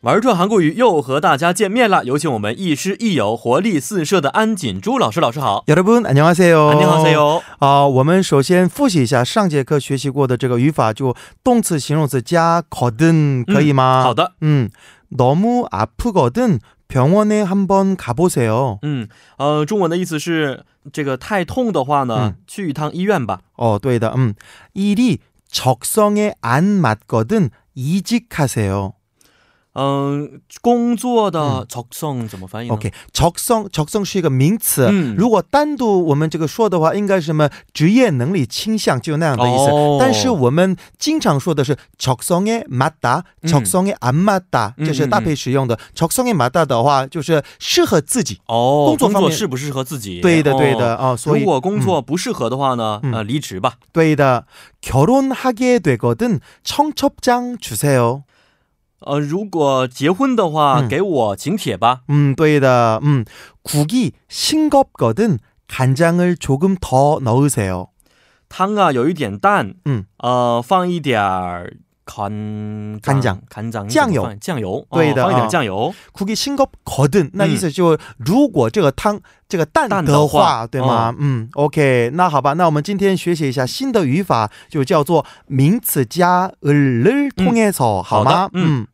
玩转韩国语又和大家见面了，有请我们亦师亦友、活力四射的安锦珠老师。老师好， 여러분 안녕하세요. 안녕하세요。 啊、我们首先复习一下上节课学习过的这个语法，就动词、形容词加거든，可以吗？好。的，嗯，너무아프거든병원에한번가보세요。 嗯，呃，中文的意思是这个太痛的话嗯呢，去一趟医院吧。哦， 어， 对的，嗯，일이적성에안맞거든이직하세요。 嗯，工作的 적성怎么翻译呢嗯 OK，적성 적성是一个名词。嗯如果单独我们这个说的话，应该是什么职业能力倾向，就那样的意思。哦但是我们经常说的是적성에맞다， 嗯 적성에안맞다， 嗯这是搭配使用的。적성에맞다的话，就是适合自己。哦，工作工方作面适不适合自己？对的，哦对的。哦，所如以果工作不适合的话呢，嗯呃，离职吧。对的。결혼하게되거든청첩장주세요。 呃，如果结婚的话，嗯给我请帖吧。嗯， 음， 对的。嗯，국이싱겁거든간장을조금더넣으세요。 汤啊，有一点淡，嗯，呃，放一点儿干干酱，干酱酱你怎油，么放酱油，对哦，的放一点啊酱油， 국이 싱겁거든 那嗯意思就如果这个汤这个蛋蛋的话哦的话对吗嗯 OK 那好吧那我们今天学习一下新的语法就叫做名词加 을를 嗯 통해서好好吗的嗯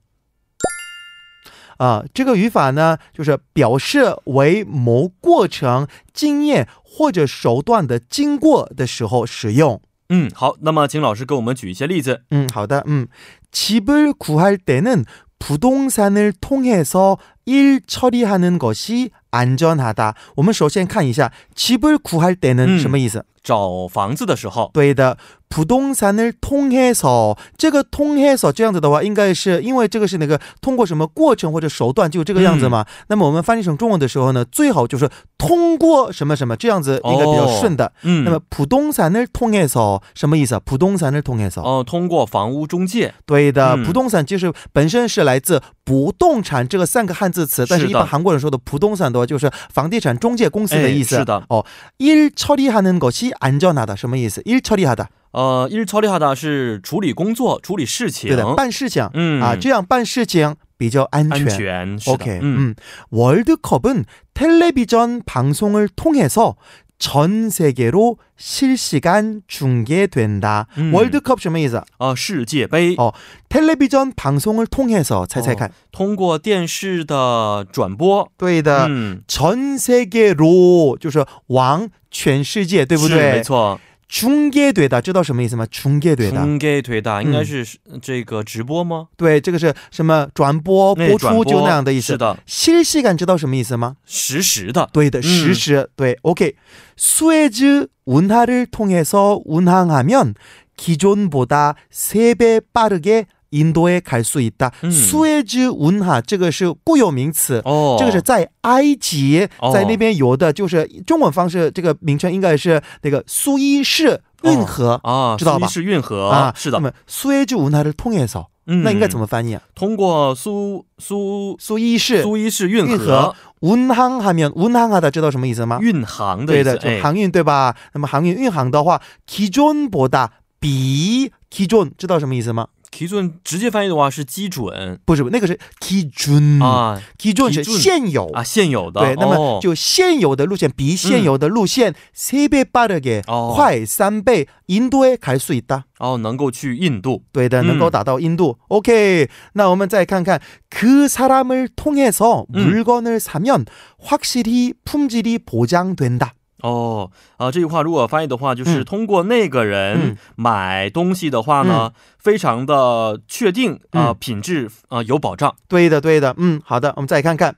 啊这个语法呢就是表示为某过程经验或者手段的经过的时候使用嗯，好，那么请老师给我们举一些例子。嗯好的嗯 음, 집을구할때는부동산을통해서일처리하는것이안전하다。我们首先看一下“집을구할때嗯 는” 什么意思？找房子的时候，对的，부동산을통해서这个“通해서”这样子的话，应该是因为这个是那个通过什么过程或者手段，就这个样子嘛。那么我们翻译成中文的时候呢，最好就是通过什么什么这样子，应该比较顺的。嗯，那么“부동산을통해서”什么意思啊？“부동산을통해서”。 哦，通过房屋中介，对的，嗯不动产就是本身是来自不动产这个三个汉字词，但是是一的般韩国人说的不动产的话，就是房地产中介公司的意思。哎是的哦，일처리하는것이안전하다什么意思？일처리하다 呃，일처리하다是处理工作、处理事情，对的，办事情、嗯啊，这样办事情比较安全。安全是的 OK，嗯，嗯월드컵은텔레비전방송을통해서전세계로실시간중계된다 嗯 월드컵什么意思？啊，世界杯哦텔레비전방송을통해서猜猜看。通过电视的转播，对的。嗯，全世界로就是往全世界，对不是对？没。错， 중계되다知道什么意思吗？중계되다、 中给推大嗯应该是这个直播吗？对，这个是什么？转播、那播转出就那样的意思。是。的， 실시간知道什么意思吗？实时的。对的，嗯实时。对，OK。수에즈운하를통해서운항하면기존보다세배빠르게인도에갈수있다。 嗯 수에즈운하这个是固有名词。哦，这个是在埃及哦，在那边游的，就是中文方式，这个名称应该是那个苏伊士运河、啊，知道吧苏伊士运河啊，是的那，么苏伊士文它是通也少，嗯那应该怎么翻译啊？通过苏苏苏伊士苏伊士运运河文航哈面文航哈的，知道什么意思吗？运航的对意的，思，就哎航运对吧？那么航运运航的话，基准博大比基准，知道什么意思吗？基准直接翻译的话是基准不是，那个是基准，啊基准是基准现有啊，现有的嗯对，那么哦就现有的路线比现有的路线세배빠르게 哦快三倍，印度에갈수있다。 哦能够去印度，对的，嗯能够打到印度。OK，那我们再看看그사람을통해서물건을사면확실히품질이보장된다。 哦，啊，这句话如果翻译的话，就是嗯通过那个人嗯买东西的话呢，非常的确定啊、嗯品质啊、有保障。对的，对的，嗯，好的，我们再看看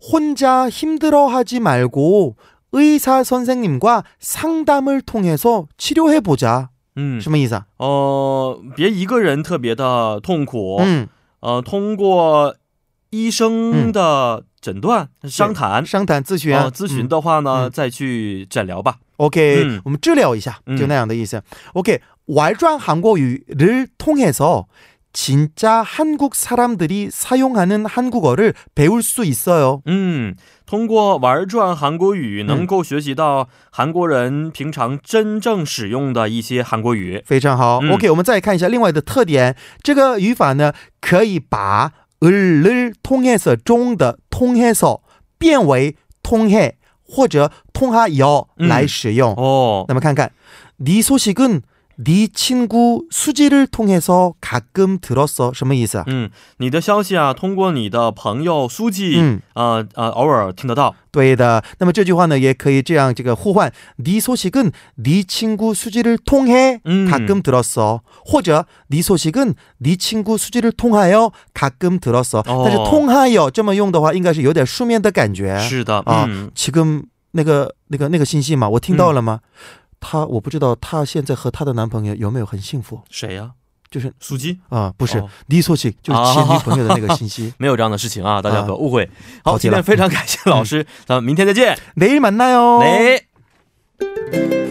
혼자힘들어하지말고의사선생님과상담을통해서치료해보자。 嗯，什么意思啊？哦、别一个人特别的痛苦，嗯，呃，通过医生的诊断、商谈、商谈咨询啊，呃，咨询嗯的话呢，嗯再去诊疗吧。 OK，、嗯我们治疗一下，嗯 就那样的意思。OK，玩转韩国语를통해서 진짜 한국 사람들이 사용하는 한국어를 배울 수 있어요. 嗯，通过玩转韩国嗯语，能够学习到韩国人平常真正使用的一些韩国语。非常好、嗯 OK，我们再看一下另外的特点，这个语法呢可以把 을을 통해서 中的 통해서 变为 통해 或者 통하여 嗯来使用。哦， 그다음에 칸칸. 네 소식은 네 친구 수지를 통해서 가끔 들었어. 什么意思啊?嗯，你的消息啊，通过你的朋友书记，嗯，呃呃，偶尔听得到。对的。那么这句话呢，也可以这样这个互换。네 소식은 네 친구 수지를 통해 嗯 가끔 들었어. 或者네 소식은 네 친구 수지를 통하여 가끔 들었어. 哦。但是 통하여 这么用的话，应该是有点书面的感觉。是的，啊嗯， 지금 那个那个那个信息嘛，我听到了吗？她我不知道她现在和她的男朋友有没有很幸福，谁呀、就是书记啊，不是哦你所信，就是前女朋友的那个信息。没有这样的事情啊，大家不要误会。好，好极今了哦天非常感谢老师，咱们明天再见。 내일만나요。 哎。